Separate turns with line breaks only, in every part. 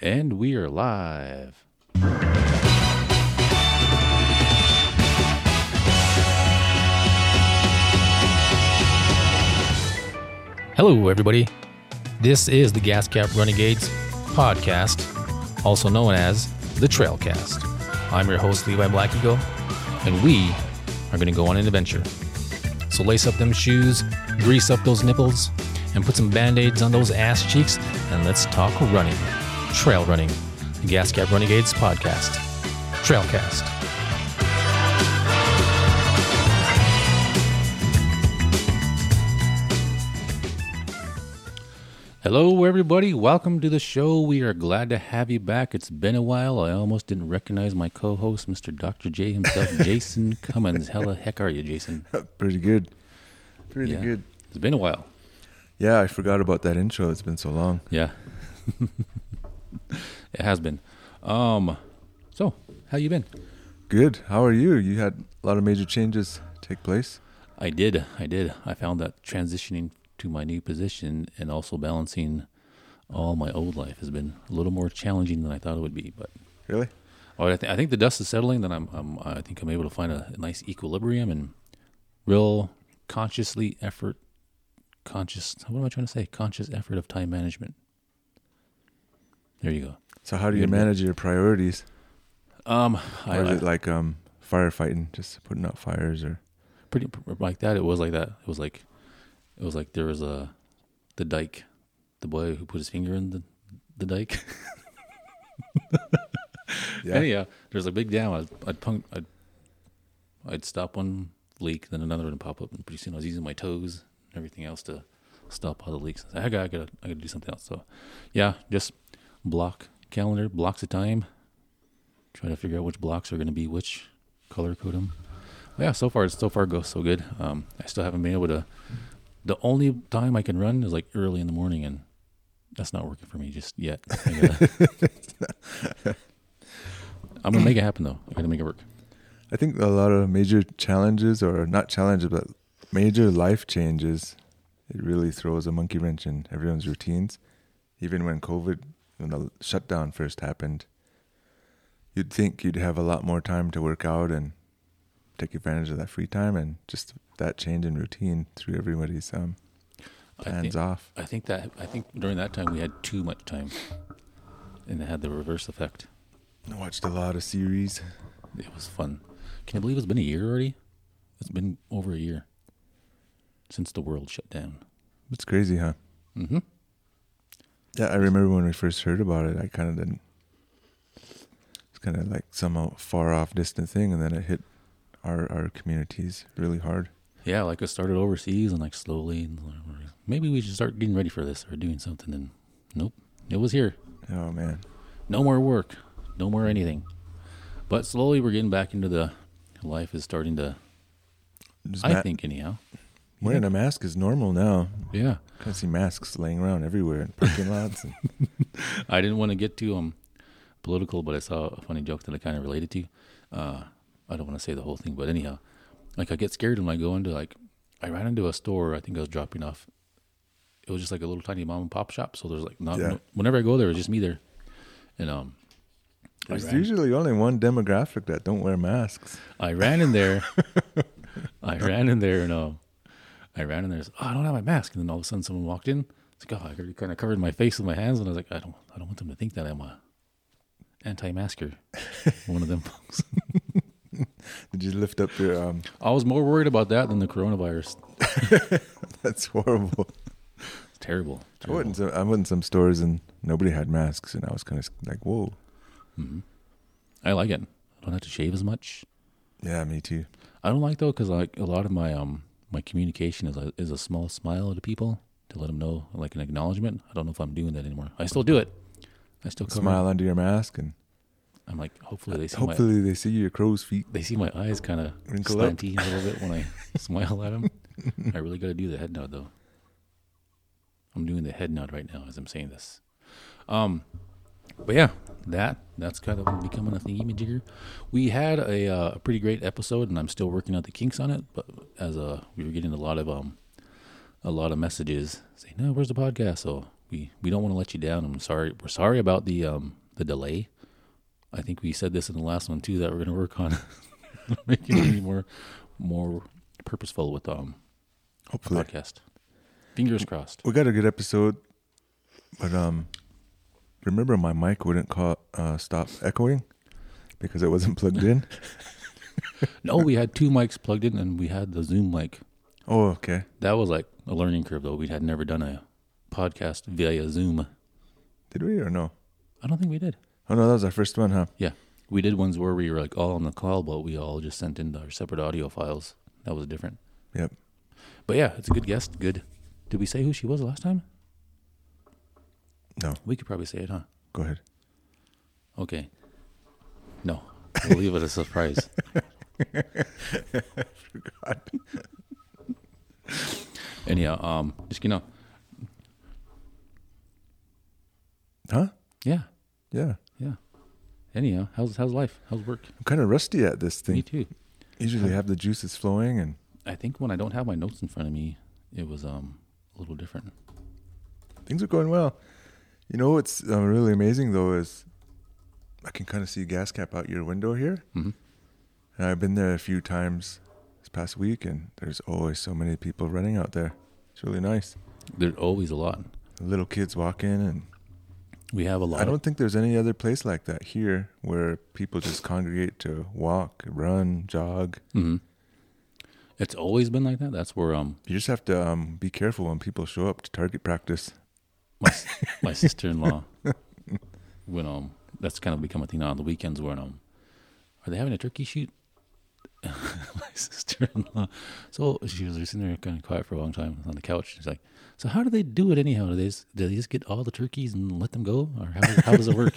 And we are live.
Hello, everybody. This is the Gascap Renegades podcast, also known as the Trailcast. I'm your host, Levi Black Eagle, and we are going to go on an adventure. So lace up them shoes, grease up those nipples, and put some band aids on those ass cheeks, and let's talk running. Trail running. The Gascap Renegades podcast. Trailcast.
Hello, everybody. Welcome to the show. We are glad to have you back. It's been a while. I almost didn't recognize my co host, Mr. Dr. J himself, Jason Cummins. How the heck are you, Jason?
Pretty good. Pretty
Yeah.
good.
It's been a while.
Yeah, I forgot about that intro. It's been so long.
Yeah. it has been. Um, so, how you been?
Good. How are you? You had a lot of major changes take place.
I did. I did. I found that transitioning to my new position and also balancing all my old life has been a little more challenging than I thought it would be. But
Really?
oh, I, th- I think the dust is settling. Then I'm, I'm. I think I'm able to find a, nice equilibrium and real consciously effort. Conscious. What am I trying to say? Conscious effort of time management. There you
So how do you
Good.
manage your priorities?
go. Um, I,
or is
I-
it like um firefighting, just putting out fires or
pretty pr- like that. It was like that. It was like it was like there was a the dike, the boy who put his finger in the the dike.
Yeah.
Anyhow, there's a big dam. I'd I'd, punk, I'd I'd stop one leak, then another would pop up, and pretty soon I was using my toes and everything else to stop all the leaks. I got I got I got to do something else. So, yeah, just block calendar blocks of time. Try to figure out which blocks are going to be which, color code them. Yeah, so far so far goes so good. Um, I still haven't been able to. The only time I can run is like early in the morning, and that's not working for me just yet. I gotta- I'm gonna make it happen though. I gotta make it work.
I think a lot of major challenges or not challenges but major life changes, it really throws a monkey wrench in everyone's routines. Even when COVID when the shutdown first happened, you'd think you'd have a lot more time to work out and take advantage of that free time and just that change in routine threw everybody's um
I
plans
think-
off.
I think that I think during that time we had too much time, and it had the reverse effect.
I watched a lot of series.
It was fun. Can you believe it's been a year already? It's been over a year since the world shut down.
It's crazy, huh?
Mm-hmm.
Yeah, I remember when we first heard about it, I kind of didn't. It's kind of like some out- far off distant thing, and then it hit our our communities really hard.
Yeah, like it started overseas and like slowly. And maybe we should start getting ready for this or doing something. And nope, it was here.
Oh man,
No more work, no more anything. But slowly we're getting back into the life is starting to.
Just
I
ma-
think anyhow.
wearing a mask is normal now.
Yeah,
I see masks laying around everywhere in parking lots. And,
I didn't want to get too um political, but I saw a funny joke that I kind of related to. Uh, I don't want to say the whole thing, but anyhow, like I get scared when I go into like I ran into a store. I think I was dropping off. It was just like a little tiny mom and pop shop. So there's like not
Yeah.
no- whenever I go there, it's just me there, and um. I
there's
ran-
usually only one demographic that don't wear masks.
I ran in there. I ran in there and um, I ran in there. I said, Oh, I don't have my mask. And then all of a sudden, someone walked in. It's like, oh, I already kind of covered my face with my hands, and I was like, I don't, I don't want them to think that I'm a anti-masker. One of them folks.
Did you lift up your? um
I was more worried about that than the coronavirus.
That's horrible.
It's terrible.
I
terrible.
went in some, I went in some stores and nobody had masks, and I was kind of like, whoa.
I like it. I don't have to shave as much.
Yeah, me too.
I don't like though because like a lot of my um my communication is a, is a small smile to people to let them know like an acknowledgement. I don't know if I'm doing that anymore. I still do it. I still cover.
Smile under your mask, and
I'm like, hopefully they see my
hopefully they see your crow's feet.
they see my eyes kind of
Wrinkle up.
slanty a little bit when I smile at them. I really got to do the head nod though. I'm doing the head nod right now as I'm saying this. Um, but yeah, that that's kind of becoming a thingy jigger. We had a, uh, a pretty great episode, and I'm still working out the kinks on it. But as uh, we were getting a lot of um, a lot of messages saying, "No, where's the podcast?" So we we don't want to let you down. I'm sorry. We're sorry about the um the delay. I think we said this in the last one too that we're going to work on making it be more more purposeful with um
Hopefully,
podcast. Fingers crossed.
we got a good episode, but um, remember my mic wouldn't call uh, stop echoing because it wasn't plugged in.
No, we had two mics plugged in and we had the Zoom mic.
Oh, okay.
That was like a learning curve though. We had never done a podcast via Zoom.
Did we or no?
I don't think we did.
Oh no, that was our first one, huh?
Yeah. We did ones where we were like all on the call, but we all just sent in our separate audio files. That was different.
Yep.
But yeah, it's a good guest. Good. Did we say who she was last time?
No,
We could probably say it, huh?
go ahead.
Okay. No. We'll leave it a surprise. Anyhow, um, just you know,
Huh?
yeah,
Yeah.
yeah. Anyhow, how's how's life? How's work?
I'm kind of rusty at this
Me
thing.
too.
Usually, have the juices flowing, and
I think when I don't have my notes in front of me, it was um a little different.
things are going well. You know what's uh, really amazing though is I can kind of see gas cap out your window here.
Mhm.
And I've been there a few times this past week, and there's always so many people running out there. It's really nice.
There's always a lot.
The little kids walk in, and
We have a lot.
I don't think there's any other place like that here where people just congregate to walk, run, jog.
Mhm. It's always been like that. That's where um
You just have to um, be careful when people show up to target practice.
my s- my sister in law when um that's kind of become a thing now on the weekends where um are they having a turkey shoot? my sister in law. So she was sitting there kind of quiet for a long time on the couch. She's like, "So how do they do it anyhow? Do they just, do they just get all the turkeys and let them go, or how, how does it work?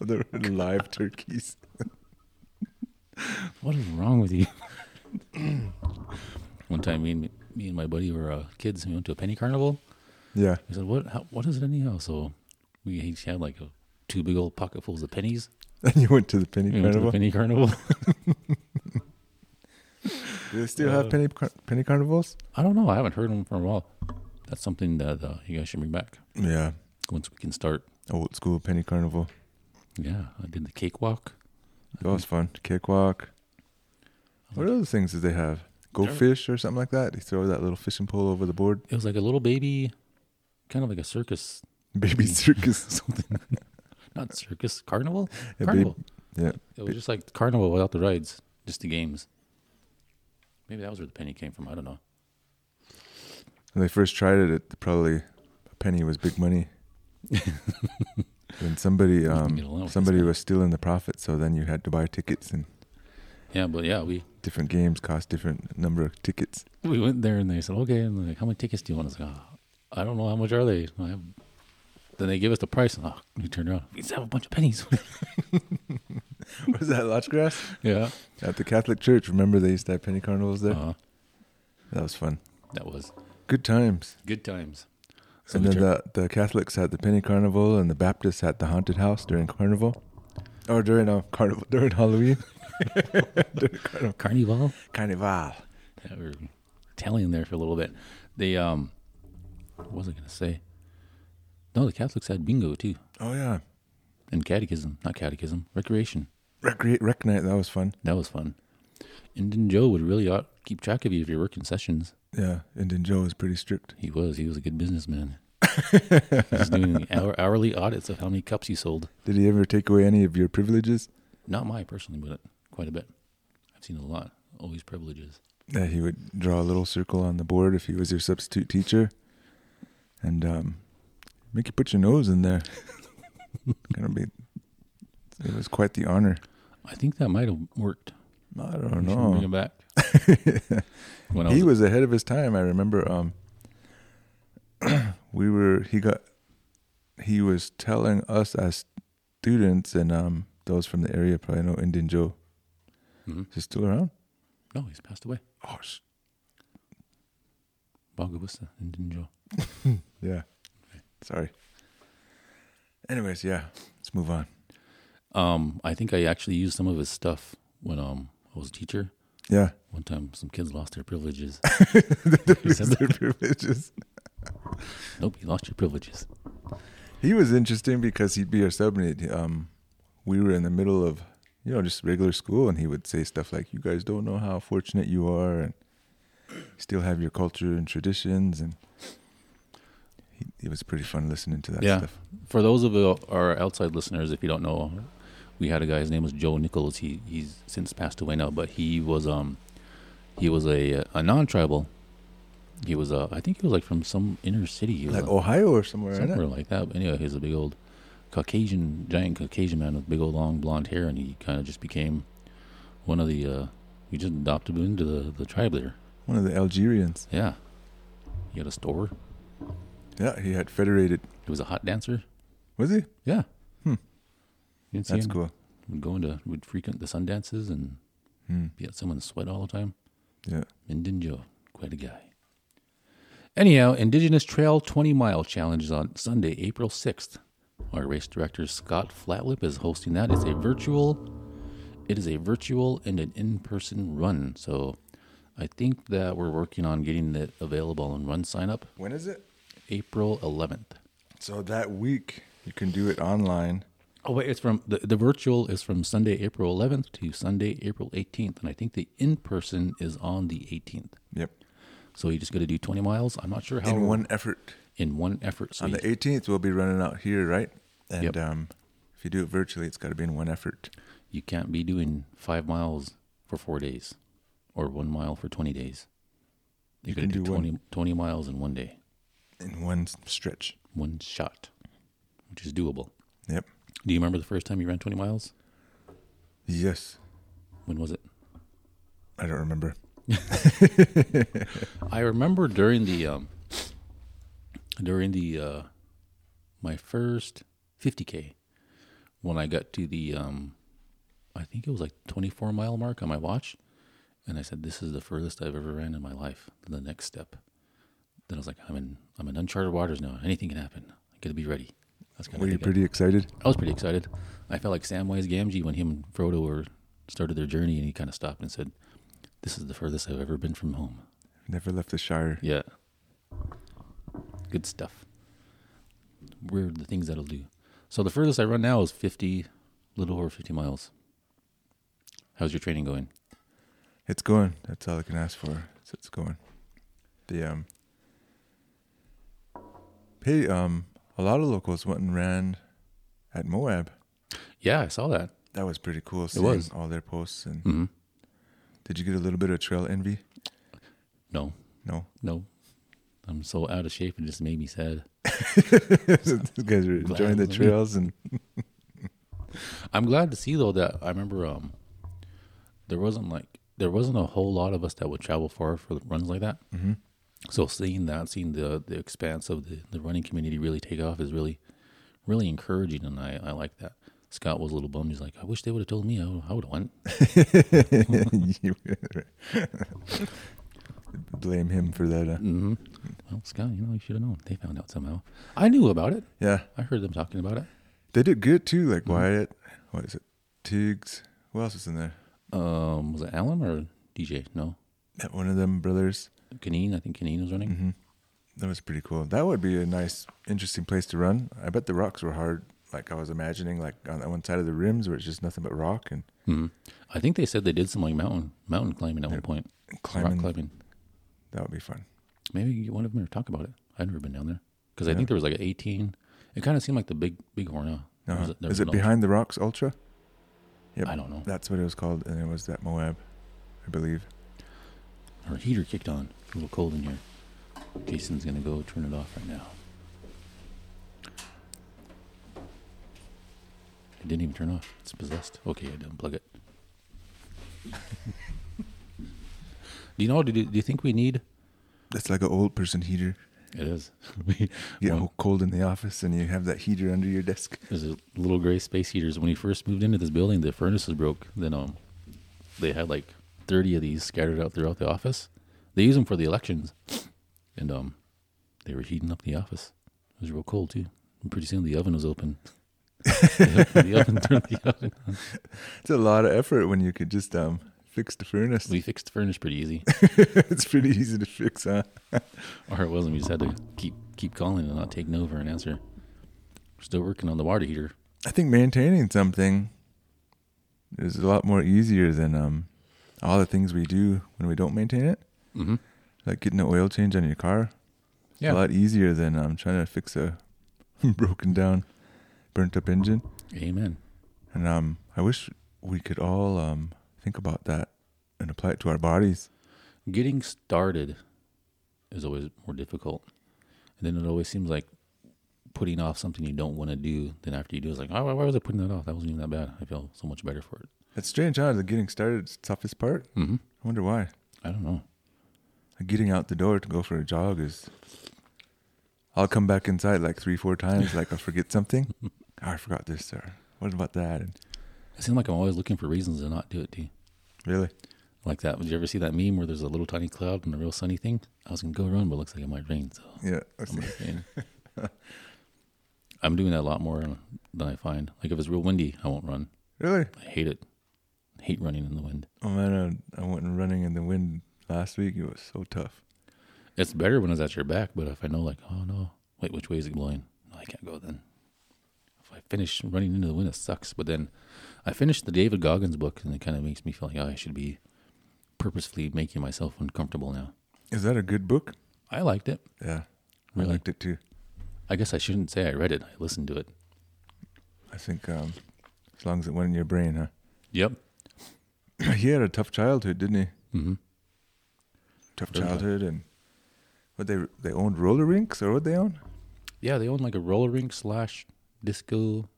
They're live turkeys.
what is wrong with you?" One time, me and me and my buddy were uh, kids. We went to a penny carnival.
Yeah.
We said, "What? How, what is it anyhow?" So we each had like a, two big old pocketfuls of pennies.
And you went to the penny
We went to
carnival.
the penny carnival.
Do they still have penny car- penny carnivals?
I don't know. I haven't heard them for a while. That's something that uh, you guys should bring back
Yeah,
once we can start.
old school penny carnival.
Yeah, I did the cakewalk.
That was fun. Cakewalk. What other things did they have? Go
There-
fish or something like that. They throw that little fishing pole over the board.
It was like a little baby, kind of like a circus,
Baby
Mm.
circus.
something. Not circus, carnival?
babe.
carnival.
yeah.
It was just like carnival without the rides, just the games. Maybe that was where the penny came from. I don't know.
When they first tried it, it probably a penny was big money. and somebody
can get along with
um,
this
somebody
guy.
was stealing the profit, so then you had to buy tickets and
Yeah, but yeah, we,
different games cost different number of tickets.
we went there and they said, okay, and like, how many tickets do you want? I was like, "Ah, I don't know, how much are they? I have... Then they give us the price. And, oh, we turned around. We just have a bunch of pennies.
was that Lodge Grass?
yeah.
At the Catholic Church, remember they used to have penny carnivals there?
Uh,
That was fun.
that was
Good times.
Good times. So
And
we
then
tur-
the, the Catholics had the Penny Carnival, and the Baptists had the Haunted House during Carnival, or during uh, Carnival during Halloween.
Carnival.
Carnival.
Yeah, we were Italian there for a little bit. They um, what was I gonna say? No, the Catholics had bingo too,
Oh yeah,
and catechism, not catechism, recreation.
recreate rec night. That was fun.
That was fun. Indian Joe would really ought keep track of you if you're working sessions.
Yeah, and then Joe was pretty strict.
He was. He was a good businessman. He's doing hour, hourly audits of how many cups you sold.
Did he ever take away any of your privileges?
Not my personally, but quite a bit. I've seen a lot. Always privileges.
Yeah, he would draw a little circle on the board if he was your substitute teacher, and um, make you put your nose in there. Gonna be. It was quite the honor.
I think that might have worked.
I don't
We should Bring
know.
him back. when I
he
was,
was ahead of his time. I remember um, we were he got he was telling us as students and um, those from the area probably know Indian Joe.
Mhm.
Is he still around?
no, he's passed away.
Oh, sh-
Bhagavusa Indian Joe.
yeah. Sorry. Anyways, yeah, let's move on.
Um, I think I actually used some of his stuff when um I was a teacher.
Yeah.
One time, some kids lost their privileges.
He
said that?
their privileges.
nope, you lost your privileges.
He was interesting because he'd be our submate. Um, we were in the middle of, you know, just regular school, and he would say stuff like, "You guys don't know how fortunate you are, and still have your culture and traditions." And he, it was pretty fun listening to that
Yeah.
stuff.
For those of our outside listeners, if you don't know, we had a guy. His name was Joe Nichols. He he's since passed away now, but he was um he was a a non-tribal. He was uh I think he was like from some inner city. He was
Like
a-
Ohio or somewhere, isn't it?
somewhere like that. But anyway, he was a big old Caucasian, giant Caucasian man with big old long blonde hair, and he kind of just became one of the. uh He just adopted him into the the tribe there.
one of the Algerians.
Yeah, he had a store.
Yeah, he had federated.
He was a hot dancer.
Was he?
Yeah.
Hmm.
You didn't see
That's
him?
cool.
Would go into would frequent the sun dances and
Hmm.
be at someone's sweat all the time.
Yeah.
Minden Joe, quite a guy. Anyhow, Indigenous Trail 20 Mile Challenge is on Sunday, April 6th. Our race director Scott Flatlip is hosting that. It's a virtual, it is a virtual and an in-person run. So, I think that we're working on getting it available and run sign up
When is it?
April 11th.
So that week you can do it online.
Oh wait, it's from the, the virtual is from Sunday, April 11th to Sunday, April 18th, and I think the in person is on the 18th.
Yep.
So you just got to do 20 miles. I'm not sure how
In one effort.
in one effort. So
On
you-
the 18th, we'll be running out here, right? And
Yep.
um, if you do it virtually, it's got to be in one effort.
you can't be doing five miles for four days, or one mile for 20 days. You,
You
got to
can
do
do one.
20, 20 miles in one day,
In one s- stretch.
one shot, which is doable.
Yep.
Do you remember the first time you ran 20 miles?
Yes.
When was it?
I don't remember.
I remember during the um during the uh my first 50k when I got to the um I think it was like 24 mile mark on my watch and I said this is the furthest I've ever ran in my life the next step then I was like I'm in I'm in uncharted waters now anything can happen I got to be ready that's kind
Were you
of
pretty excited?
I was pretty excited I felt like Samwise Gamgee when him and Frodo were started their journey and he kind of stopped and said this is the furthest I've ever been from home
Never left the Shire.
yeah. Good stuff. We're the things that'll do. So the furthest I run now is 50, little over 50 miles. How's your training going?
It's going. That's all I can ask for. So it's going. The um pay um a lot of locals went and ran at Moab.
Yeah, I saw that.
That was pretty cool. Seeing
was.
all their posts and
hmm
did you get a little bit of trail envy?
No,
No.
no. I'm so out of shape. It just made me sad.
These guys are enjoying the
Gladly.
trails and
I'm glad to see though that I remember um there wasn't like there wasn't a whole lot of us that would travel far for runs like that. Mm-hmm. So seeing that, seeing the the expanse of the the running community really take off is really really encouraging, and I I like that. Scott was a little bummed. He's like, I wish they would have told me. I would, I would have went.
You- blame him for that. Uh,
Mm-hmm. Well, Scott, you know, you should have known. They found out somehow. I knew about it.
yeah.
I heard them talking about it.
They did good too,
Mm-hmm.
like Wyatt. What is it? Tiggs. Who else was in there?
Um, was it Alan or DJ? No,
That one of them brothers.
Kaneen. I think Kaneen was running.
hmm That was pretty cool. That would be a nice, interesting place to run. I bet the rocks were hard. Like I was imagining, like on that one side of the rims where it's just nothing but rock and
hmm I think they said they did some like mountain mountain climbing at one point.
climbing.
Rock climbing.
That would be fun.
Maybe you- one of them or talk about it. I've never been down there because I think there was like an 18. It kind of seemed like the big big horn. Huh? There
Uh-huh.
was a- there
Is
was
it
an
behind the rocks ultra? Yep.
ultra- I don't know.
That's what it was called, and it was that Moab, I believe.
Our heater kicked on. It's a little cold in here. Jason's gonna go turn it off right now. It didn't even turn off. It's possessed. Okay, I didn't plug it. do you know? Do you, do you think we need?
That's like an old person heater.
It is. we,
You get
one-
all cold in the office, and you have that heater under your desk.
There's a little gray space heaters. When we first moved into this building, the furnaces broke. Then um, they had like 30 of these scattered out throughout the office. They use them for the elections, and um, they were heating up the office. It was real cold too. And pretty soon the oven was open. the oven turned the oven.
It's a lot of effort when you could just um, fixed the furnace.
We fixed the furnace pretty easy,
it's pretty easy to fix, huh?
or it wasn't. We just had to keep keep calling and not taking over and answer. We're still working on the water heater.
I think maintaining something is a lot more easier than um, all the things we do when we don't maintain it.
Mm-hmm.
Like getting an oil change on your car.
Yeah.
A lot easier than um, trying to fix a broken down, burnt up engine.
Amen.
And um, I wish we could all um, think about that and apply it to our bodies.
Getting started is always more difficult, and then it always seems like putting off something you don't want to do. Then after you do, it's like, oh, why- why was I putting that off? That wasn't even that bad. I feel so much better for it.
It's strange, huh? The getting started is the toughest part.
Mm-hmm.
I wonder why.
I don't know.
Like getting out the door to go for a jog is. I'll come back inside like three, four times. Like I forget something. oh, I forgot this, or what about that? And
It seems like I'm always looking for reasons to not do it. Do you?
really,
like that? Did you ever see that meme where there's a little tiny cloud and a real sunny thing? I was gonna go run, but it looks like it might rain. So
yeah. that's-
I'm, gonna rain. I'm doing that a lot more than I find. Like if it's real windy, I won't run.
Really?
I hate it. I hate running in the wind.
Oh man, I, I went running in the wind last week. It was so tough.
It's better when it's at your back, but if I know like, oh no, wait, which way is it blowing? No, I can't go then. If I finish running into the wind, it sucks. But then I finished the David Goggins book, and it kind of makes me feel like oh, I should be purposefully making myself uncomfortable now.
Is that a good book?
I liked it.
Yeah,
Really?
I liked it too.
I guess I shouldn't say I read it. I listened to it.
I think um, as long as it went in your brain, huh?
Yep.
he had a tough childhood, didn't he?
hmm
Tough
Really?
childhood, and what they they owned roller rinks or what they own?
Yeah, they owned like a roller rink slash disco.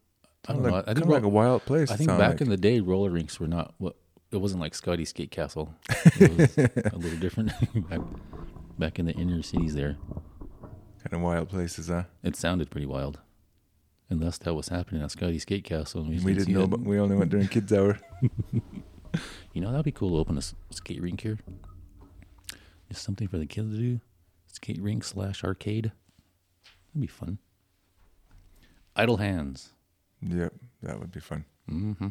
I don't
Kinda
know.
like,
I
kinda
think,
like a
ro-
wild place.
I think
sound
back
like.
in the day, roller rinks were not what it wasn't like Scotty Skate Castle. It was a little different back, back in the inner cities. There,
kind of wild places, huh?
it sounded pretty wild. Unless that was happening at Scotty Skate Castle, and we,
We didn't know,
It.
but we only went during kids' hour.
You know, that'd be cool to open a s- skate rink here. Just something for the kids to do. Skate rink slash arcade. That'd be fun. Idle hands.
Yep, that would be fun.
Mm-hmm.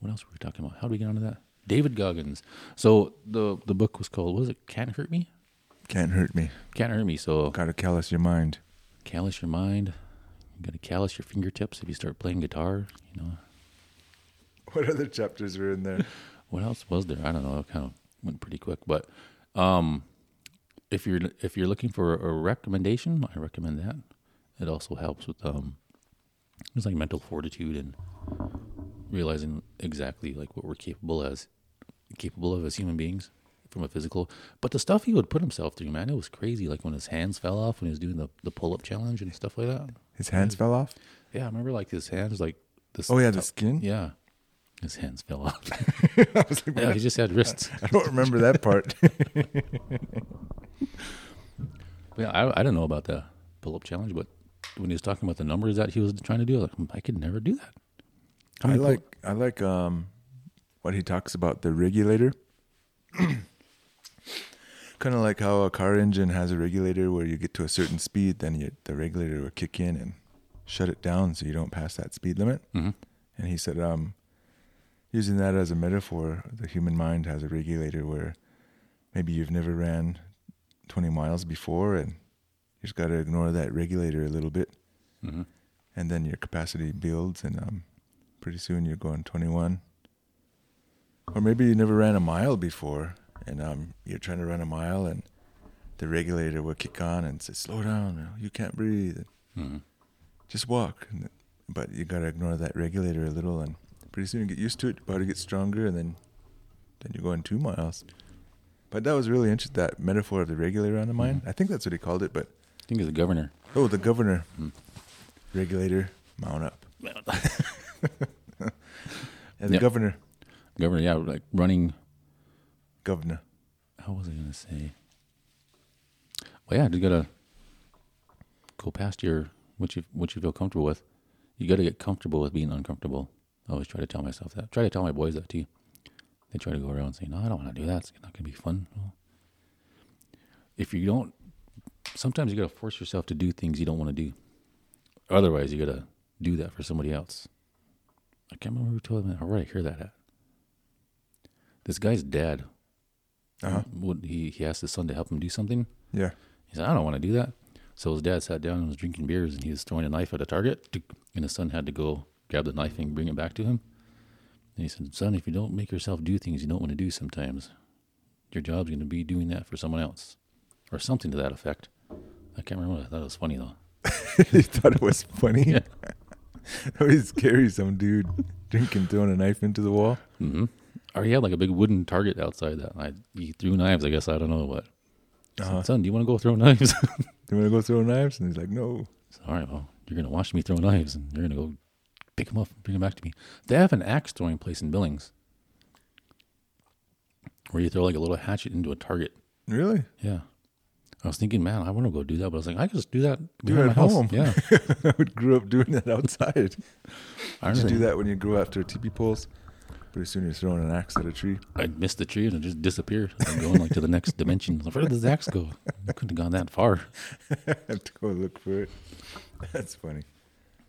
What else were we talking about? How do we get onto that? David Goggins. So the the book was called. What was it? Can't hurt me.
Can't hurt me.
Can't hurt me. So
Gotta callous your mind.
callous your mind. You gotta callous your fingertips if you start playing guitar. You know
What other chapters were in there?
what else was there? I don't know. It kind of went pretty quick, but um, if you're if you're looking for a recommendation, I recommend that. It also helps with um, it's like mental fortitude and realizing exactly like what we're capable as capable of as human beings from a physical. But the stuff he would put himself through, man, it was crazy. Like when his hands fell off when he was doing the the pull up challenge and stuff like that.
His hands fell off.
Yeah, I remember like his hands like this.
Oh yeah, the skin.
yeah, his hands fell off.
I was like,
yeah, he just had wrists.
I don't remember that part.
Yeah, I, I don't know about the pull up challenge, but when he was talking about the numbers that he was trying to do, I was like, "Hmm, I could never do that. How
I
many pull-
like I like um what he talks about the regulator. kind of like how a car engine has a regulator where you get to a certain speed, then you, the regulator will kick in and shut it down so you don't pass that speed limit.
Mhm.
And he said, um, using that as a metaphor, the human mind has a regulator where maybe you've never ran 20 miles before and you just got to ignore that regulator a little bit
Mhm.
and then your capacity builds, and um, pretty soon you're going 21. Or maybe you never ran a mile before, and um, you're trying to run a mile, and the regulator will kick on and say, "Slow down! You can't breathe.
Mhm.
Just walk." And, but you gotta ignore that regulator a little, and pretty soon you get used to it. Your body gets stronger, and then then you're going two miles. But that was really interesting. That metaphor of the regulator on the mind. I think that's what he called it. But
I think as a governor.
Oh, the governor. Regulator, mount up. And the
Yep.
governor,
Governor, yeah, like running.
governor.
How was I going to say? Well, yeah, you got to go past your what you what you feel comfortable with. You got to get comfortable with being uncomfortable. I always try to tell myself that. Try to tell my boys that too. They try to go around saying, "No, I don't want to do that. It's not going to be fun." Well, if you don't, sometimes you got to force yourself to do things you don't want to do. Otherwise, you got to do that for somebody else. I can't remember who told me. Where did I hear that at? This guy's dad.
Uh-huh.
Would he he asked his son to help him do something?
Yeah.
He said, "I don't want to do that." So his dad sat down and was drinking beers, and he was throwing a knife at a target, and his son had to go grab the knife and bring it back to him. And he said, "Son, if you don't make yourself do things you don't want to do, sometimes your job's going to be doing that for someone else, or something to that effect." I can't remember. I thought it was funny though.
you thought it was funny?
Yeah.
that was scary. Some dude drinking, throwing a knife into the wall.
Mm-hmm. Or he had like a big wooden target outside that. I he threw knives. I guess I don't know what. I said,
Uh-huh.
Son, do you want to go throw knives?
You want to go throw knives? And he's like, no.
So, all right, well, you're going to watch me throw knives and you're going to go pick them up and bring them back to me. They have an axe throwing place in Billings where you throw like a little hatchet into a target.
Really?
Yeah. I was thinking, man, I want to go do that, but I was like, I could just do that
Do
behind
it
my
at
house.
home.
Yeah.
I would grow up doing that outside.
I
You
don't
do that when you grow after teepee poles. Pretty soon you're throwing an axe at a tree.
I'd miss the tree and it just disappeared. I'm going like to the next dimension. Where did this axe go? I couldn't have gone that far.
have to go look for it. That's funny.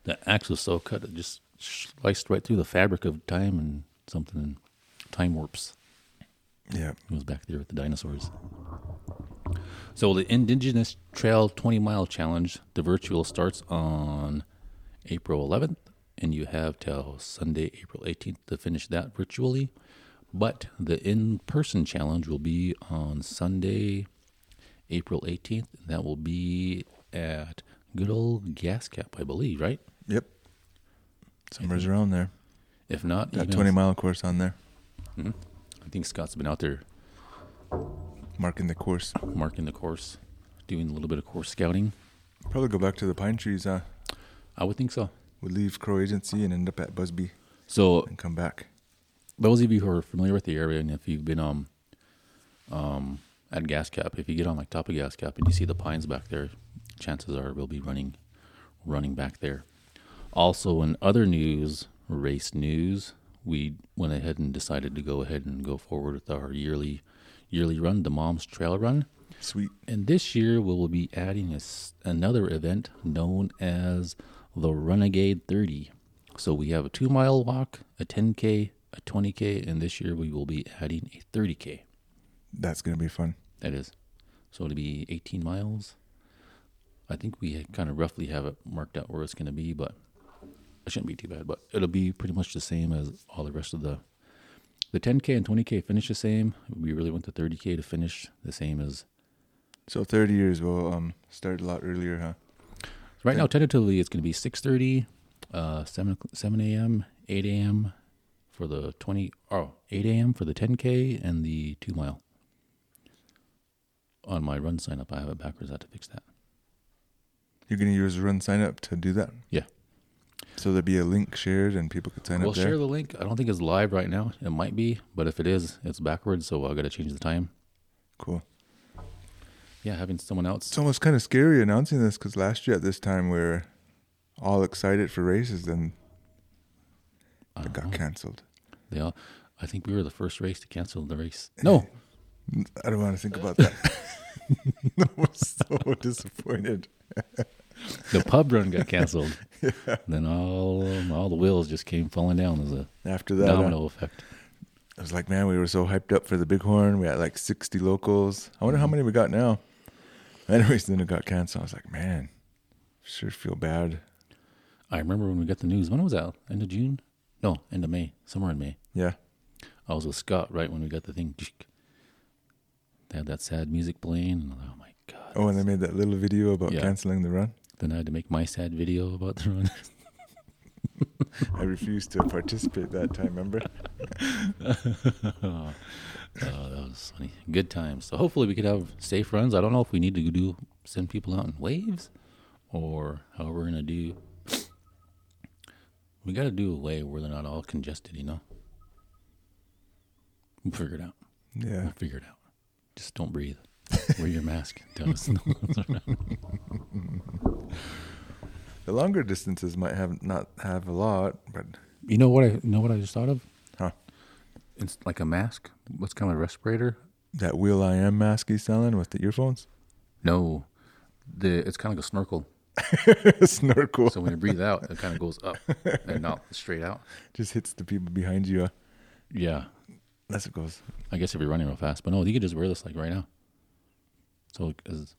The axe was so cut, it just sliced right through the fabric of time and something and time warps.
Yeah.
It was back there with the dinosaurs. So the Indigenous Trail 20 Mile Challenge, the virtual starts on April 11th, and you have till Sunday, April 18th to finish that virtually. But the in person challenge will be on Sunday, April 18th. and That will be at good old Gas Cap, I believe, right?
Yep.
Mm-hmm.
Somewhere's around there.
If not,
That
even-
20 mile course on there,
I think Scott's been out there
marking the course.
marking the course, doing a little bit of course scouting.
Probably go back to the pine trees, huh?
I would think so.
We leave Crow Agency and end up at Busby
So
and come back.
those of you who are familiar with the area and if you've been um um at gas cap if you get on like top of gas cap and you see the pines back there chances are we'll be running running back there also in other news race news we went ahead and decided to go ahead and go forward with our yearly yearly run the mom's trail run
Sweet.
and this year we will be adding a s another event known as the Renegade 30. So we have a two mile walk, a 10K, a 20K, and this year we will be adding a 30K.
That's going to be fun.
That is. So it'll be 18 miles. I think we kind of roughly have it marked out where it's going to be, but it shouldn't be too bad. But it'll be pretty much the same as all the rest of the. The 10K and 20K finish the same. We really want the 30K to finish the same as
So 30 years will um, start a lot earlier, huh?
Right now,
Okay.
tentatively, it's going to be six thirty, uh, seven o'clock- seven a.m., eight a.m. for the twenty. Oh, 8 a.m. for the ten k and the two mile. On my run sign up, I have it backwards. I have to fix that.
You're going to use run sign up to do that?
Yeah,
So there'll be a link shared and people could sign
we'll
up there.
share the link. I don't think it's live right now. It might be, but if it is, it's backwards. So I got to change the time.
cool.
Yeah, having someone else.
It's almost kind of scary announcing this because last year at this time we were all excited for races and
I
it
don't
got
know.
canceled.
They all. I think we were the first race to cancel the race. No,
I don't want to think about that. I was so disappointed.
the pub run got canceled. Then all all the wheels just came falling down as a
After that, uh,
domino effect.
I was like, man, we were so hyped up for the Bighorn. We had like 60 locals. I wonder how many we got now. Anyways, then it got canceled. I was like, man, sure feel bad.
I remember when we got the news. When was that? End of June? No, end of May. Somewhere in May.
Yeah.
I was with Scott right when we got the thing. They had that sad music playing. And I was like, oh my god!
Oh, and they made that little video about
Yeah.
canceling the run.
Then I had to make my sad video about the run.
I refused to participate that time, remember?
oh, that was funny. Good times. So hopefully we could have safe runs. I don't know if we need to do send people out in waves, or how we're gonna do. We got to do a way where they're not all congested. You know. We'll figure it out.
Yeah.
We'll figure it out. Just don't breathe. Wear your mask. Dennis.
The longer distances might have not have a lot, but
you know what I you know what I just thought of?
huh.
It's like a mask. What's kind of a respirator?
That Will I Am mask he's selling with the earphones?
No. The it's kind of like a snorkel.
Snorkel.
So when you breathe out, it kind of goes up and not straight out.
Just hits the people behind you. uh,
Yeah.
That's it goes.
I guess if you're running real fast, but no, you could just wear this like right now. So, 'cause-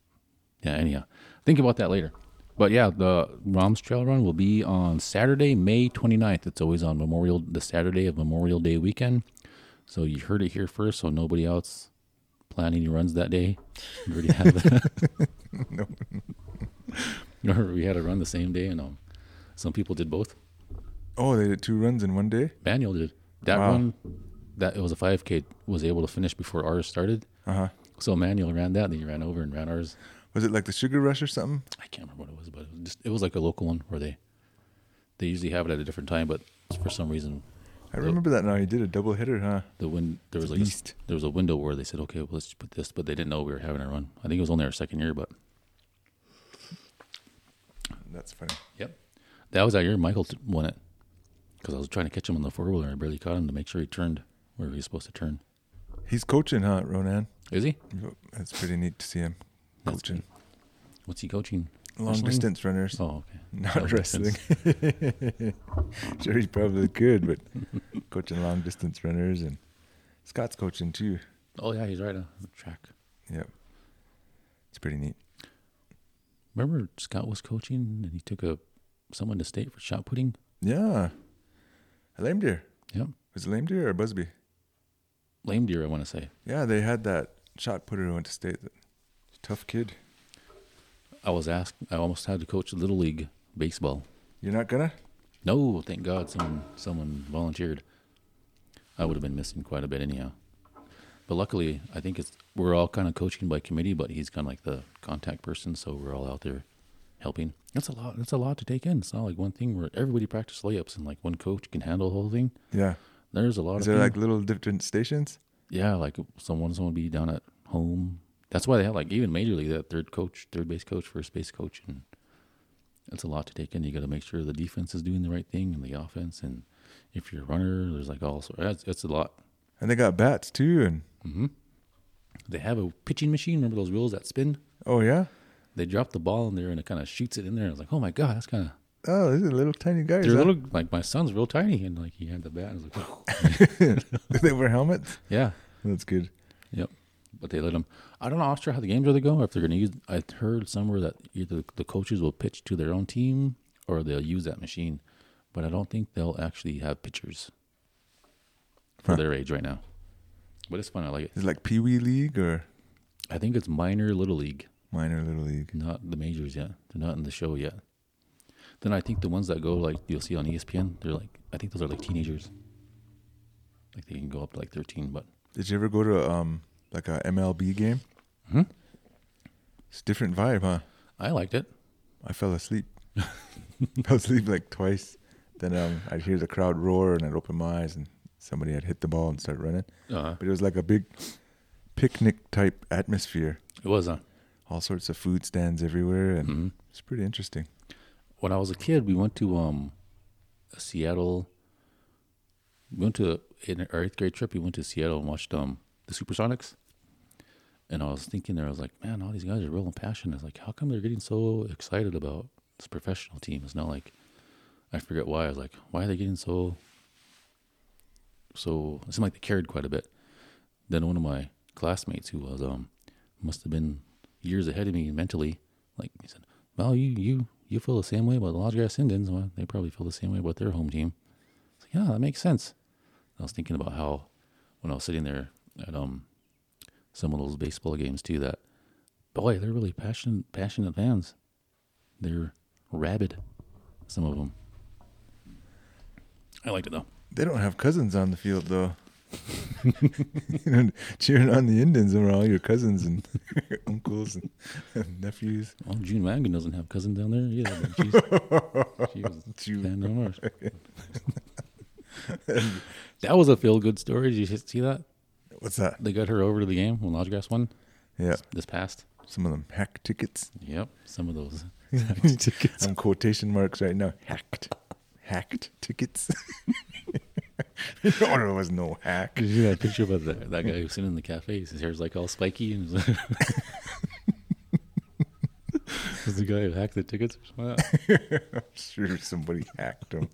yeah, anyhow, think about that later. But yeah, the Roms Trail Run will be on Saturday, May 29th. It's always on Memorial, the Saturday of Memorial Day weekend. So you heard it here first. So nobody else planning any runs that day. We already have no. we had a run the same day, and um, some people did both.
Oh, they did two runs in one day.
Manuel did that
Wow.
one. That it was a 5K. Was able to finish before ours started.
Uh huh.
So Manuel ran that, then he ran over and ran ours.
Was it like the Sugar Rush or something?
I can't remember what it was, but it was just it was like a local one where they they usually have it at a different time, but for some reason
I remember that now. You did a double hitter, huh?
the wind there was like a,
Beast.
there was a window where they said, okay, well, let's put this, but they didn't know we were having a run. I think it was only our second year, but
That's funny.
yep, that was that year Michael t- won it because I was trying to catch him on the four wheeler and I barely caught him to make sure he turned where he was supposed to turn.
He's coaching, huh, Ronan?
Is he?
That's pretty neat to see him
That's
coaching
What's he coaching?
long
Wrestling?
distance runners,
Oh, okay.
not
Long
wrestling. sure, he probably could, but coaching long distance runners and Scott's coaching too.
Oh yeah, he's right on track.
Yep, it's pretty neat.
Remember Scott was coaching and he took a someone to state for shot putting.
Yeah, a lame deer.
Yep,
Was it lame deer or Busby?
lame deer. I want to say.
Yeah, they had that shot putter who went to state. That tough kid.
I was asked. I almost had to coach little league baseball.
You're not gonna?
No, thank God someone someone volunteered. I would have been missing quite a bit anyhow. But luckily, I think it's we're all kind of coaching by committee, but he's kind of like the contact person, so we're all out there helping. That's a lot. That's a lot to take in. It's not like one thing where everybody practice layups and like one coach can handle the whole thing.
Yeah.
There's a lot
Is
of
there like
thing-
little different stations?
yeah, like someone someone be down at home. That's why they had like even major league that third coach, third base coach, first base coach, and that's a lot to take in. You got to make sure the defense is doing the right thing and the offense, and if you're a runner, there's like all sorts. It's, it's a lot.
And they got bats too. And
They have a pitching machine. Remember those wheels that spin?
oh yeah,
They drop the ball in there and it kind of shoots it in there. I was like, oh my god, that's kind of.
oh these are little tiny guys.
They're
huh?
little. Like my son's real tiny, and like he had the bat. And I was like, "Oh."
they wear helmets.
yeah,
That's good.
Yep. But they let them. I don't know, I'm sure how the games are going to go. If they're going to use, I heard somewhere that either the coaches will pitch to their own team or they'll use that machine. But I don't think they'll actually have pitchers for
Huh.
their age right now. But it's fun. I like it.
Is it like Pee Wee League or
I think it's minor little league,
minor little league?
not the majors yet. They're not in the show yet. Then I think the ones that go like you'll see on E ESPN, they're like I think those are like teenagers. Like they can go up to like 13, but
Did you ever go to um like a MLB game?
Hmm?
It's a different vibe, huh?
I liked it.
I fell asleep. fell asleep like twice. Then um, I'd hear the crowd roar and I'd open my eyes and somebody had hit the ball and start running.
Uh,
But it was like a big picnic type atmosphere.
it was uh, on.
All sorts of food stands everywhere and
Mhm.
it's pretty interesting.
when I was a kid, we went to um, Seattle. We went to in our eighth grade trip. We went to Seattle and watched um the Supersonics. And I was thinking there, I was like, man, all these guys are real impassioned. I was like, how come they're getting so excited about this professional team? It's not like, I forget why. I was like, why are they getting so, so, it seemed like they cared quite a bit. Then one of my classmates who was, um, must have been years ahead of me mentally, like he said, well, you, you, you feel the same way about the Lodgegrass Indians. Well, they probably feel the same way about their home team. I was like, yeah, that makes sense. I was thinking about how when I was sitting there at um some of those baseball games too that boy, they're really passionate passionate fans. They're rabid, some of them. I liked it though.
They don't have cousins on the field though. you know, cheering on the Indians were all your cousins and uncles and, and nephews.
Well, June Wagon doesn't have cousins down there either. But she's, she was
June
standing on ours. that was a feel good story. Did you see that?
What's that?
They got her over to the game when Lodgegrass won
Yeah,
this past.
some of them hack tickets.
Yep, some of those.
Some quotation marks right now. Hacked. Hacked tickets. no, there was no hack.
Did you see that picture about that, that guy who's sitting in the cafe? His hair's like all spiky. And he's like- was the guy who hacked the tickets? or something like that?
Sure, somebody hacked them.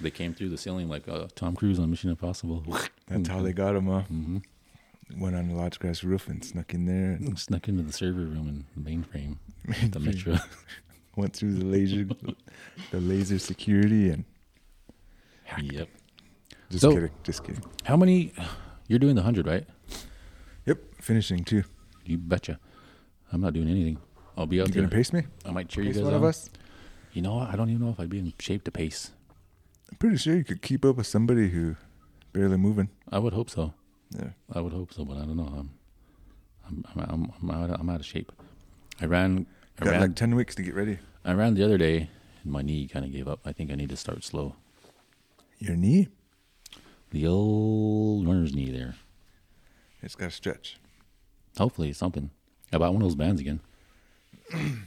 They came through the ceiling like uh, Tom Cruise on Mission Impossible.
That's how they got him off.
hmm
Went on the lodge grass roof and snuck in there and
Snuck into the server room in the mainframe, at Mm-hmm. the Metro.
went through the laser, the laser security and
yep.
just
So-
kidding, just kidding.
How many? You're doing the hundred, right?
Yep, finishing too.
You betcha. I'm not doing anything. I'll be out
You
there.
gonna pace me?
I might cheer
Pace
you guys
one
on.
of us?
You know, what? I don't even know if I'd be in shape to pace.
I'm pretty sure you could keep up with somebody who barely moving.
I would hope so.
Yeah.
I would hope so, but I don't know. I'm, I'm, I'm, I'm, I'm, out, I'm out of shape. I ran, I
Got
ran,
like ten weeks to get ready.
I ran the other day, and my knee kind of gave up. I think I need to start slow.
Your knee,
The old runner's knee there.
it's got to stretch.
Hopefully, it's something. I bought one of those bands again.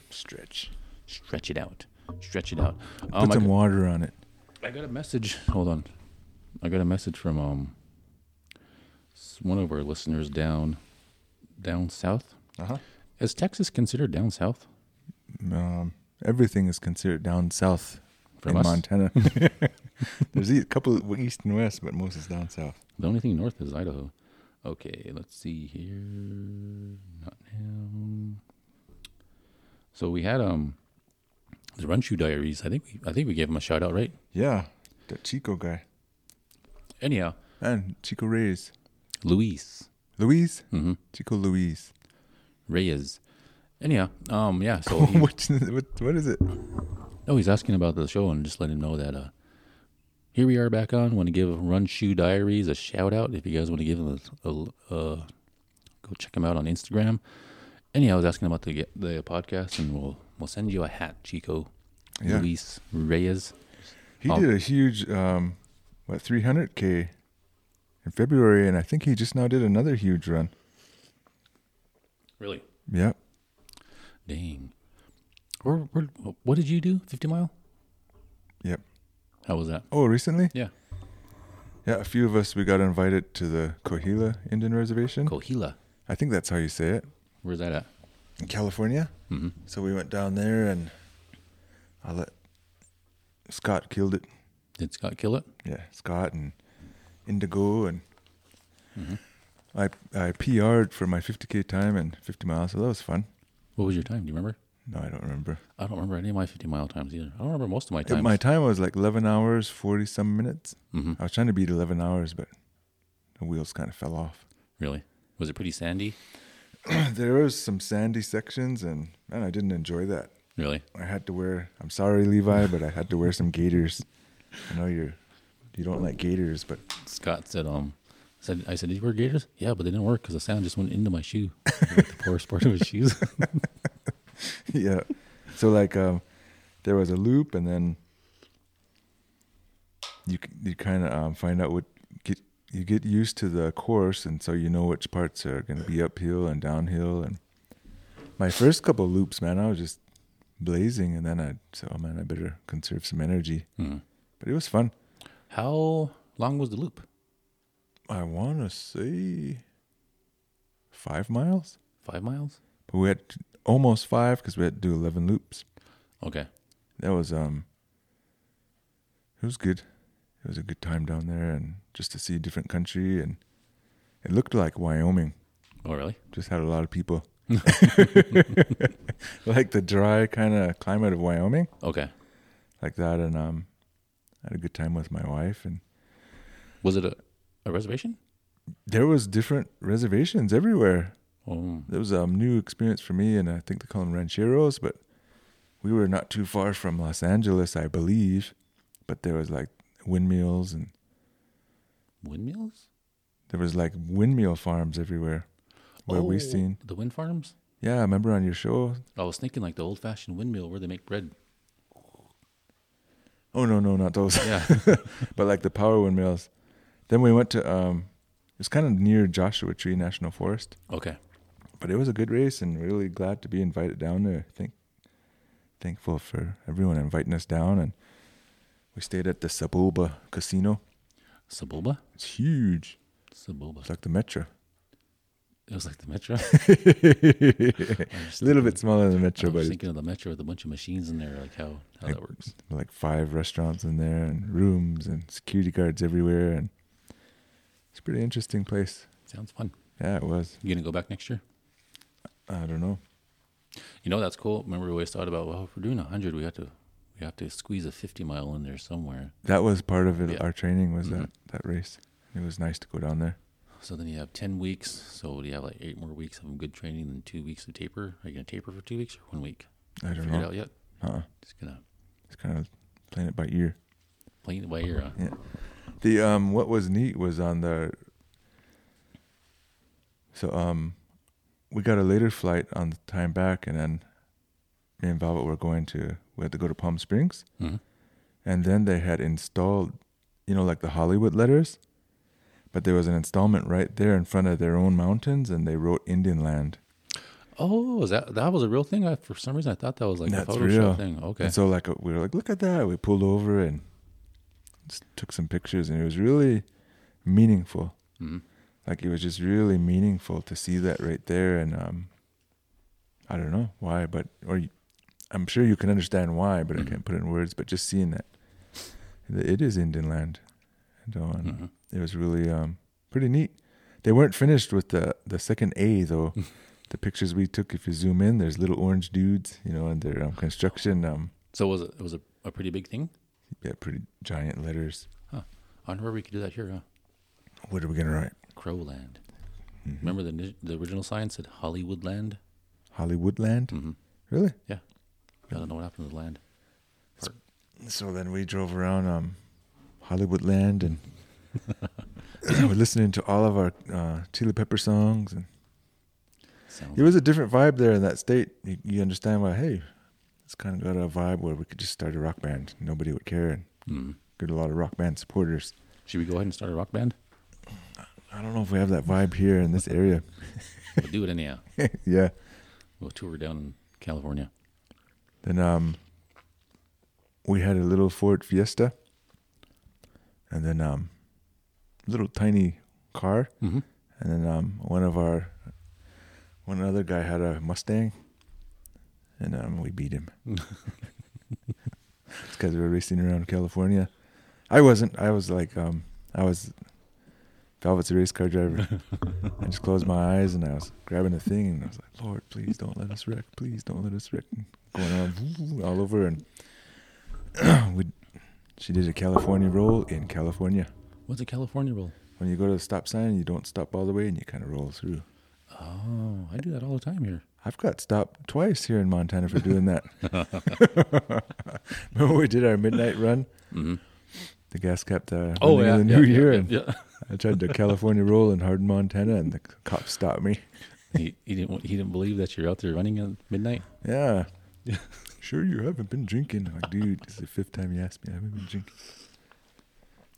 Stretch.
Stretch it out. Stretch it out.
Put
Um, I,
some
got-
water on it.
I got a message. Hold on. I got a message from um s- one of our listeners down down south.
Uh huh.
Is Texas considered down south?
Um, everything is considered down south
From
in
us?
Montana. There's e, a couple of east and west, but most is down south.
The only thing north is Idaho. Okay, let's see here. Nottingham. So we had um the Run Shoe Diaries. I think we I think we gave him a shout out, right?
Yeah, that Chico guy
Anyhow,
and Chico Reyes,
Luis
Luis,
hmm
Mm-hmm. Chico Luis.
Reyes. Anyhow, um yeah. So he,
Which- what, what is it?
no, he's asking about the show and just let him know that uh here we are back on. Want to give Run Shoe Diaries a shout out if you guys want to give them a, a uh, go check them out on Instagram. Anyhow, I was asking about the the podcast, and we'll we'll send you a hat, Chico.
Yeah.
Luis Reyes.
He
Oh.
did a huge, um, what, 300K in February, and I think he just now did another huge run.
Really?
Yep.
Dang. Where, where, what did you do? 50 mile?
Yep.
How was that?
Oh, recently?
Yeah.
Yeah, a few of us, we got invited to the Coahuila Indian Reservation.
Coahuila.
I think that's how you say it.
Where's that at?
In California.
Mm-hmm.
So we went down there, and I let Scott killed it.
Did Scott kill it?
Yeah, Scott and Indigo and I I PR'd for my 50k time and 50 miles, so that was fun.
What was your time? Do you remember?
No, I don't remember.
I don't remember any of my 50 mile times either. I don't remember most of my
Yeah,
times.
My time was like 11 hours 40 some minutes.
hmm
I was trying to beat 11 hours, but the wheels kind of fell off.
Really? Was it pretty sandy?
there was some sandy sections, and man, I didn't enjoy that.
Really?
I had to wear. I'm sorry, Levi, but I had to wear some gaiters. I know you're you don't like gaiters, but
Scott said, um, said, I said, did you wear gators? Yeah, but they didn't work because the sound just went into my shoe. like the poorest part of his shoes.
yeah. So like, um, there was a loop, and then you c- you kind of um, find out what get you get used to the course, and so you know which parts are going to be uphill and downhill. And my first couple loops, man, I was just blazing, and then I so oh, man, I better conserve some energy.
Mhm.
But it was fun.
How long was the loop?
I want to say five miles,
Five miles?
but we had to- almost five because we had to do eleven loops.
Okay.
that was um it was good it was a good time down there and just to see different country and it looked like wyoming
Oh, really?
just had a lot of people like the dry kind of climate of wyoming
Okay.
like that and um i had a good time with my wife and
Was it a, a reservation?
there was different reservations everywhere
Oh,
it was a new experience for me and i think they call them rancheros but we were not too far from los angeles i believe but there was like windmills and
windmills?
There was like windmill farms everywhere where we
Oh,
seen.
the wind farms.
Yeah, I remember on your show.
I was thinking like the old-fashioned windmill where they make bread.
Oh no, no, not those.
Yeah.
but like the power windmills. Then we went to um it's kind of near Joshua Tree National Forest.
okay.
But it was a good race and really glad to be invited down there. Thank thankful for everyone inviting us down and we stayed at the Saboba Casino.
Saboba.
It's huge.
Saboba.
It's like the Metro.
It was like the Metro.
a
I was
little bit
thinking-
smaller than Metro,
I
but
was
it's
thinking of the Metro with a bunch of machines in there, like how how that works.
like five restaurants in there and rooms and security guards everywhere, and it's a pretty interesting place.
Sounds fun.
Yeah, it was.
You gonna go back next year?
I don't know.
You know that's cool. Remember we always thought about well, if we're doing hundred, we have to we have to squeeze a fifty mile in there somewhere.
That was part of it.
Yeah.
Our training was
Mhm.
that that race. It was nice to go down there.
So then you have ten weeks. So you have like eight more weeks of good training and two weeks of taper. Are you gonna taper for two weeks or one week?
I don't
Figured
know.
out yet?
Uh-uh.
Just gonna
It's kind of playing it by ear.
playing it by ear. Huh?
The um, what was neat was on the. So um, we got a later flight on the time back, and then me and Velvet were going to. We had to go to Palm Springs,
Mhm.
and then they had installed, you know, like the Hollywood letters, but there was an installment right there in front of their own mountains, and they wrote Indian Land.
Oh, is that that was a real thing? I, for some reason, I thought that was like
That's
a Photoshop
real.
thing. Okay,
And so like we were like, look at that. We pulled over and just took some pictures, and it was really meaningful.
Mhm.
Like it was just really meaningful to see that right there, and um, I don't know why, but or you- I'm sure you can understand why, but I can't put it in words. But just seeing that, that it is Indian land, and so on.
Mhm.
It was really um pretty neat. They weren't finished with the the second A though. the pictures we took, if you zoom in, there's little orange dudes, you know, and their um, construction um
so was it it was a, a pretty big thing?
yeah, pretty giant letters.
I wonder if we could do that here. Huh?
What are we gonna write?
Crowland.
Mm-hmm.
Remember the ni- the original sign said Hollywood Land.
Hollywood land?
Mhm.
Really?
Yeah, I don't know what happened to the land.
So then we drove around um Hollywood land and we're listening to all of our uh, Chili Pepper songs and
Sounds
it was a different vibe there in that state. You, you understand why? Hey, it's kind of got a vibe where we could just start a rock band. Nobody would care, and
Mhm.
get a lot of rock band supporters.
Should we go ahead and start a rock band?
I don't know if we have that vibe here in this area.
We'll do it anyhow.
yeah.
We'll tour down in California.
Then um, we had a little Ford Fiesta, and then um, little tiny car,
Mm-hmm.
and then um, one of our one other guy had a Mustang, and um, we beat him. it's because we were racing around California. I wasn't. I was like, um, I was. Velvet's a race car driver. I just closed my eyes and I was grabbing the thing and I was like, Lord, please don't let us wreck. Please don't let us wreck. And going on all over and we, she did a California roll in California.
What's a California roll?
When you go to the stop sign, you don't stop all the way and you kind of roll through.
Oh, I do that all the time here.
I've got stopped twice here in Montana for doing that. Remember when we did our midnight run?
Mm-hmm.
The gas kept uh,
Oh,
running in the new year. and I tried to California roll in Hardin, Montana, and the cops stopped me.
he, he didn't want- he didn't believe that you're out there running at midnight.
Yeah. Sure, you haven't been drinking. I'm like, dude, this is the fifth time you asked me. I haven't been drinking.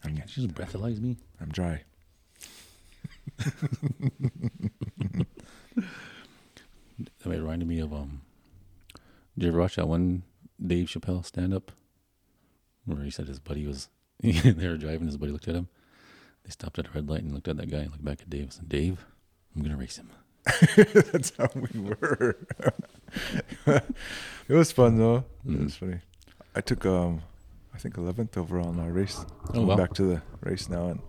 I'm,
She just breathalyzed me.
I'm dry.
That reminded me of um. Did you ever watch that one Dave Chappelle stand up? Where he said his buddy was they were driving, his buddy looked at him. They stopped at a red light and looked at that guy and looked back at Dave and said, Dave, I'm gonna race him.
That's how we were. it was fun though. It
Mm.
was funny. I took um, I think 11th overall in our race.
Oh,
Going
wow.
Back to the race now, and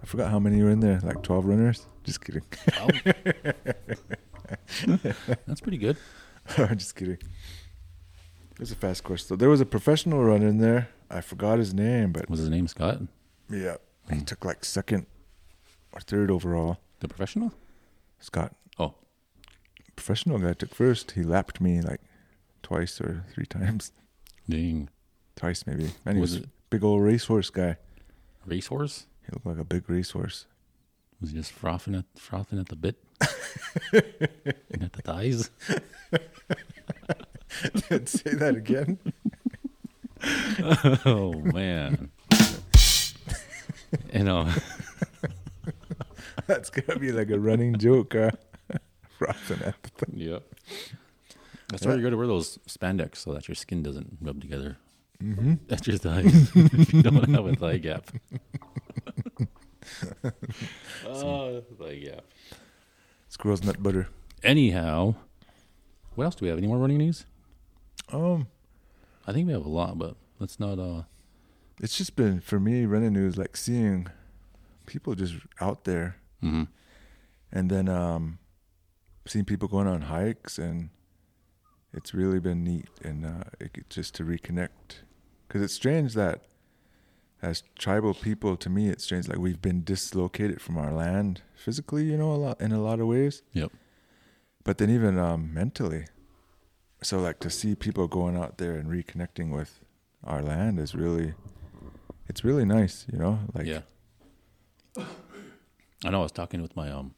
I forgot how many were in there. Like 12 runners. Just kidding.
Wow. That's pretty good.
Just kidding. It was a fast course though. There was a professional runner in there. I forgot his name, but
Was his name Scott?
yeah, he
Mm.
took like second or third overall.
The professional?
Scott,
Oh.
professional guy, took first. He lapped me like twice or three times.
Dang.
Twice maybe. And he
Was
was
it-
a big old racehorse guy.
Racehorse?
He looked like a big racehorse.
Was he just frothing at frothing at the bit? And at the thighs?
Say that again.
Oh man. you know
That's gonna be like a running joke, huh? Frothing at the thing.
Yep. That's
Yeah.
why you got to wear those spandex so that your skin doesn't rub together
Mm-hmm.
at your thighs. if you don't have a thigh gap. Oh, thigh gap.
Squirrel's nut butter.
Anyhow, what else do we have? Any more running news?
Um,
I think we have a lot, but let's not. uh
it's just been for me running news like seeing people just out there,
mhm.
and then um, seeing people going on hikes, and it's really been neat and uh, it, it- just to reconnect. Because it's strange that as tribal people, to me, it's strange like we've been dislocated from our land physically, you know, a lot in a lot of ways.
Yep.
but then even um, mentally so like to see people going out there and reconnecting with our land is really it's really nice you know like
yeah. I know. I was talking with my um,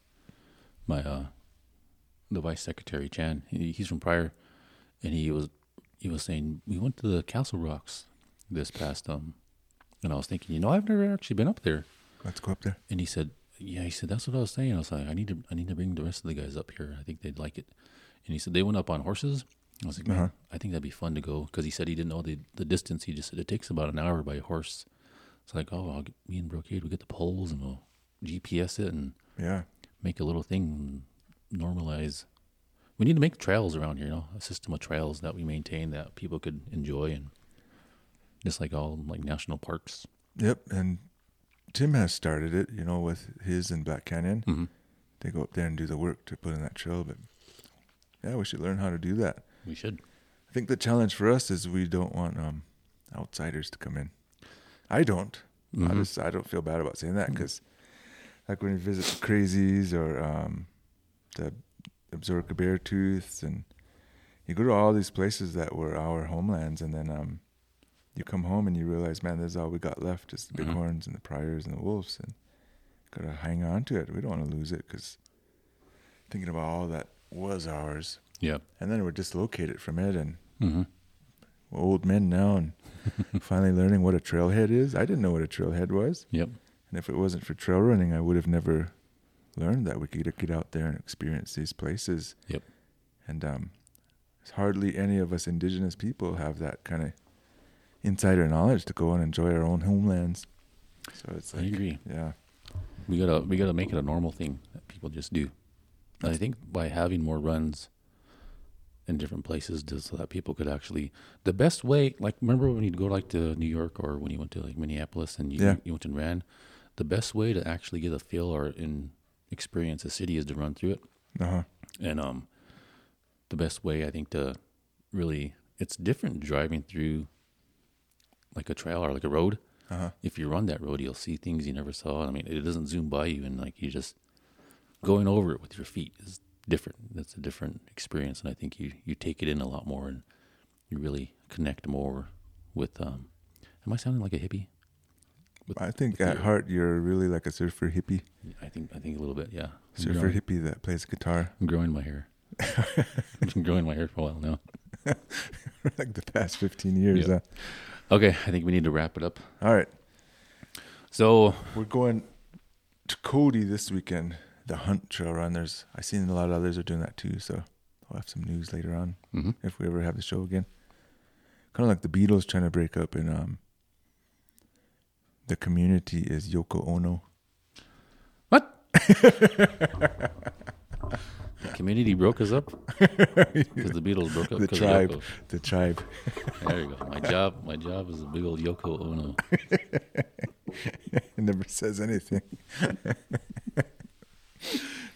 my uh, the vice secretary Chan. He, he's from Pryor, and he was he was saying we went to the Castle Rocks this past um, and I was thinking, you know, I've never actually been up there.
let's go up there
And he said, "Yeah." He said, "That's what I was saying." I was like, "I need to, I need to bring the rest of the guys up here. I think they'd like it." And he said they went up on horses. I was like, "Man,
Uh-huh.
I think that'd be fun to go." Because he said he didn't know the the distance. He just said it takes about an hour by horse. It's like, oh, I'll get, me and Brocade, we get the poles and we'll GPS it and
yeah
make a little thing normalize. We need to make trails around here, you know, a system of trails that we maintain that people could enjoy and just like all like national parks.
yep and tim has started it you know with his in black canyon
Mm-hmm.
they go up there and do the work to put in that trail but yeah we should learn how to do that
We should.
i think the challenge for us is we don't want um outsiders to come in i don't I
Mhm.
just I don't feel bad about saying that because, like when you visit the crazies or um, the Absorica Bear Tooths, and you go to all these places that were our homelands, and then um, you come home and you realize, man, this is all we got left is the
Mhm.
bighorns and the priors and the wolves, and gotta hang on to it. We don't want to lose it because thinking about all that was ours,
Yeah.
and then we're dislocated from it, and
Mm-hmm.
we're old men now, and finally learning what a trailhead is. I didn't know what a trailhead was.
Yep.
And if it wasn't for trail running, I would have never learned that we could get out there and experience these places.
Yep.
And um, it's hardly any of us indigenous people have that kind of insider knowledge to go and enjoy our own homelands. So it's
I
like,
agree.
yeah,
We gotta we gotta make it a normal thing that people just do. And I think by having more runs in different places, just so that people could actually the best way. Like remember when you'd go like to New York or when you went to like Minneapolis and you
Yeah.
you went and ran. The best way to actually get a feel or in experience a city is to run through it,
uh-huh.
and um, the best way I think to really it's different driving through like a trail or like a road
Uh-huh.
if you run that road, you'll see things you never saw. I mean, it doesn't zoom by you, and like you just going over it with your feet is different. That's a different experience, and I think you you take it in a lot more, and you really connect more with. um Am I sounding like a hippie?
I think
with
at
your-
heart, you're really like a surfer hippie,
I think I think a little bit. Yeah, I'm
surfer
growing-
hippie that plays guitar
I'm growing my hair. I've been growing my hair for a while now.
for like the past 15 years.
Yep. Okay, I think we need to wrap it up.
Huh? All right.
So
We're going to Cody this weekend. The Hunt Trail Run. There's I've seen a lot of others are doing that too. So I'll have some news later on
mhm.
if we ever have the show again. Kind of like the Beatles trying to break up, and um, the community is Yoko Ono.
what? the community broke us up because the Beatles broke up.
The
'cause of
tribe.
Yoko.
The tribe.
There you go. My job, my job is a big old Yoko Ono.
it never says anything.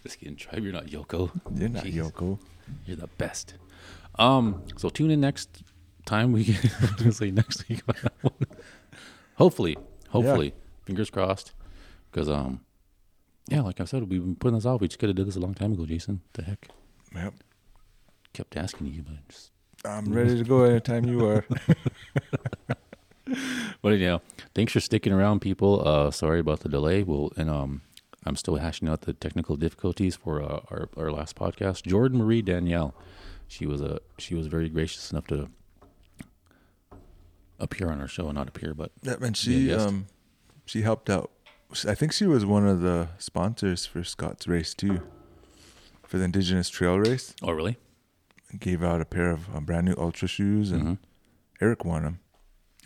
Just kidding, tribe. You're not Yoko.
You're not
Jeez,
Yoko.
You're the best. Um. So tune in next time we get. I was gonna say next week. but I won't. hopefully, hopefully, fingers crossed. Because um, yeah, like I said, we've been putting this off. We just could have did this a long time ago, Jason. The heck,
Yep.
kept asking you, but just.
I'm ready to go anytime you are.
But anyhow, thanks for sticking around, people. Uh, sorry about the delay. Well, and um, I'm still hashing out the technical difficulties for uh, our our last podcast. Jordan Marie Danielle, she was a she was very gracious enough to appear on our show, not appear, but
Yep, and
Be a
she
guest.
um, she helped out. I think she was one of the sponsors for Scott's race too, for the Indigenous Trail Race.
oh really?
Gave out a pair of
Mm-hmm.
uh, um, brand new Ultra shoes, and
Mhm.
Eric won them.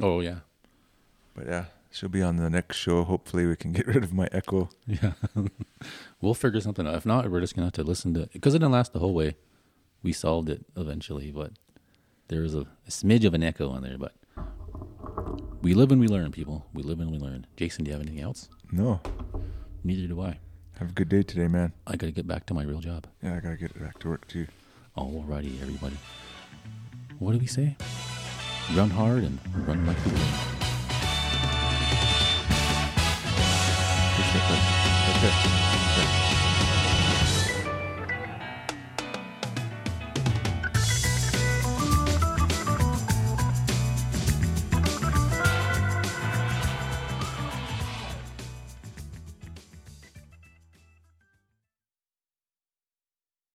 Oh yeah,
But yeah, She'll be on the next show. Hopefully, we can get rid of my echo.
Yeah. we'll figure something out. If not, we're just going to have to listen to Because it didn't last the whole way. We solved it eventually, but there was a, a smidge of an echo on there. But we live and we learn, people. We live and we learn. Jason, do you have anything else?
No.
Neither do I.
Have a good day today, man.
I got to get back to my real job.
Yeah, I gotta get back to work too.
Alrighty, everybody. What do we say? Run hard and run like the wind.
Okay.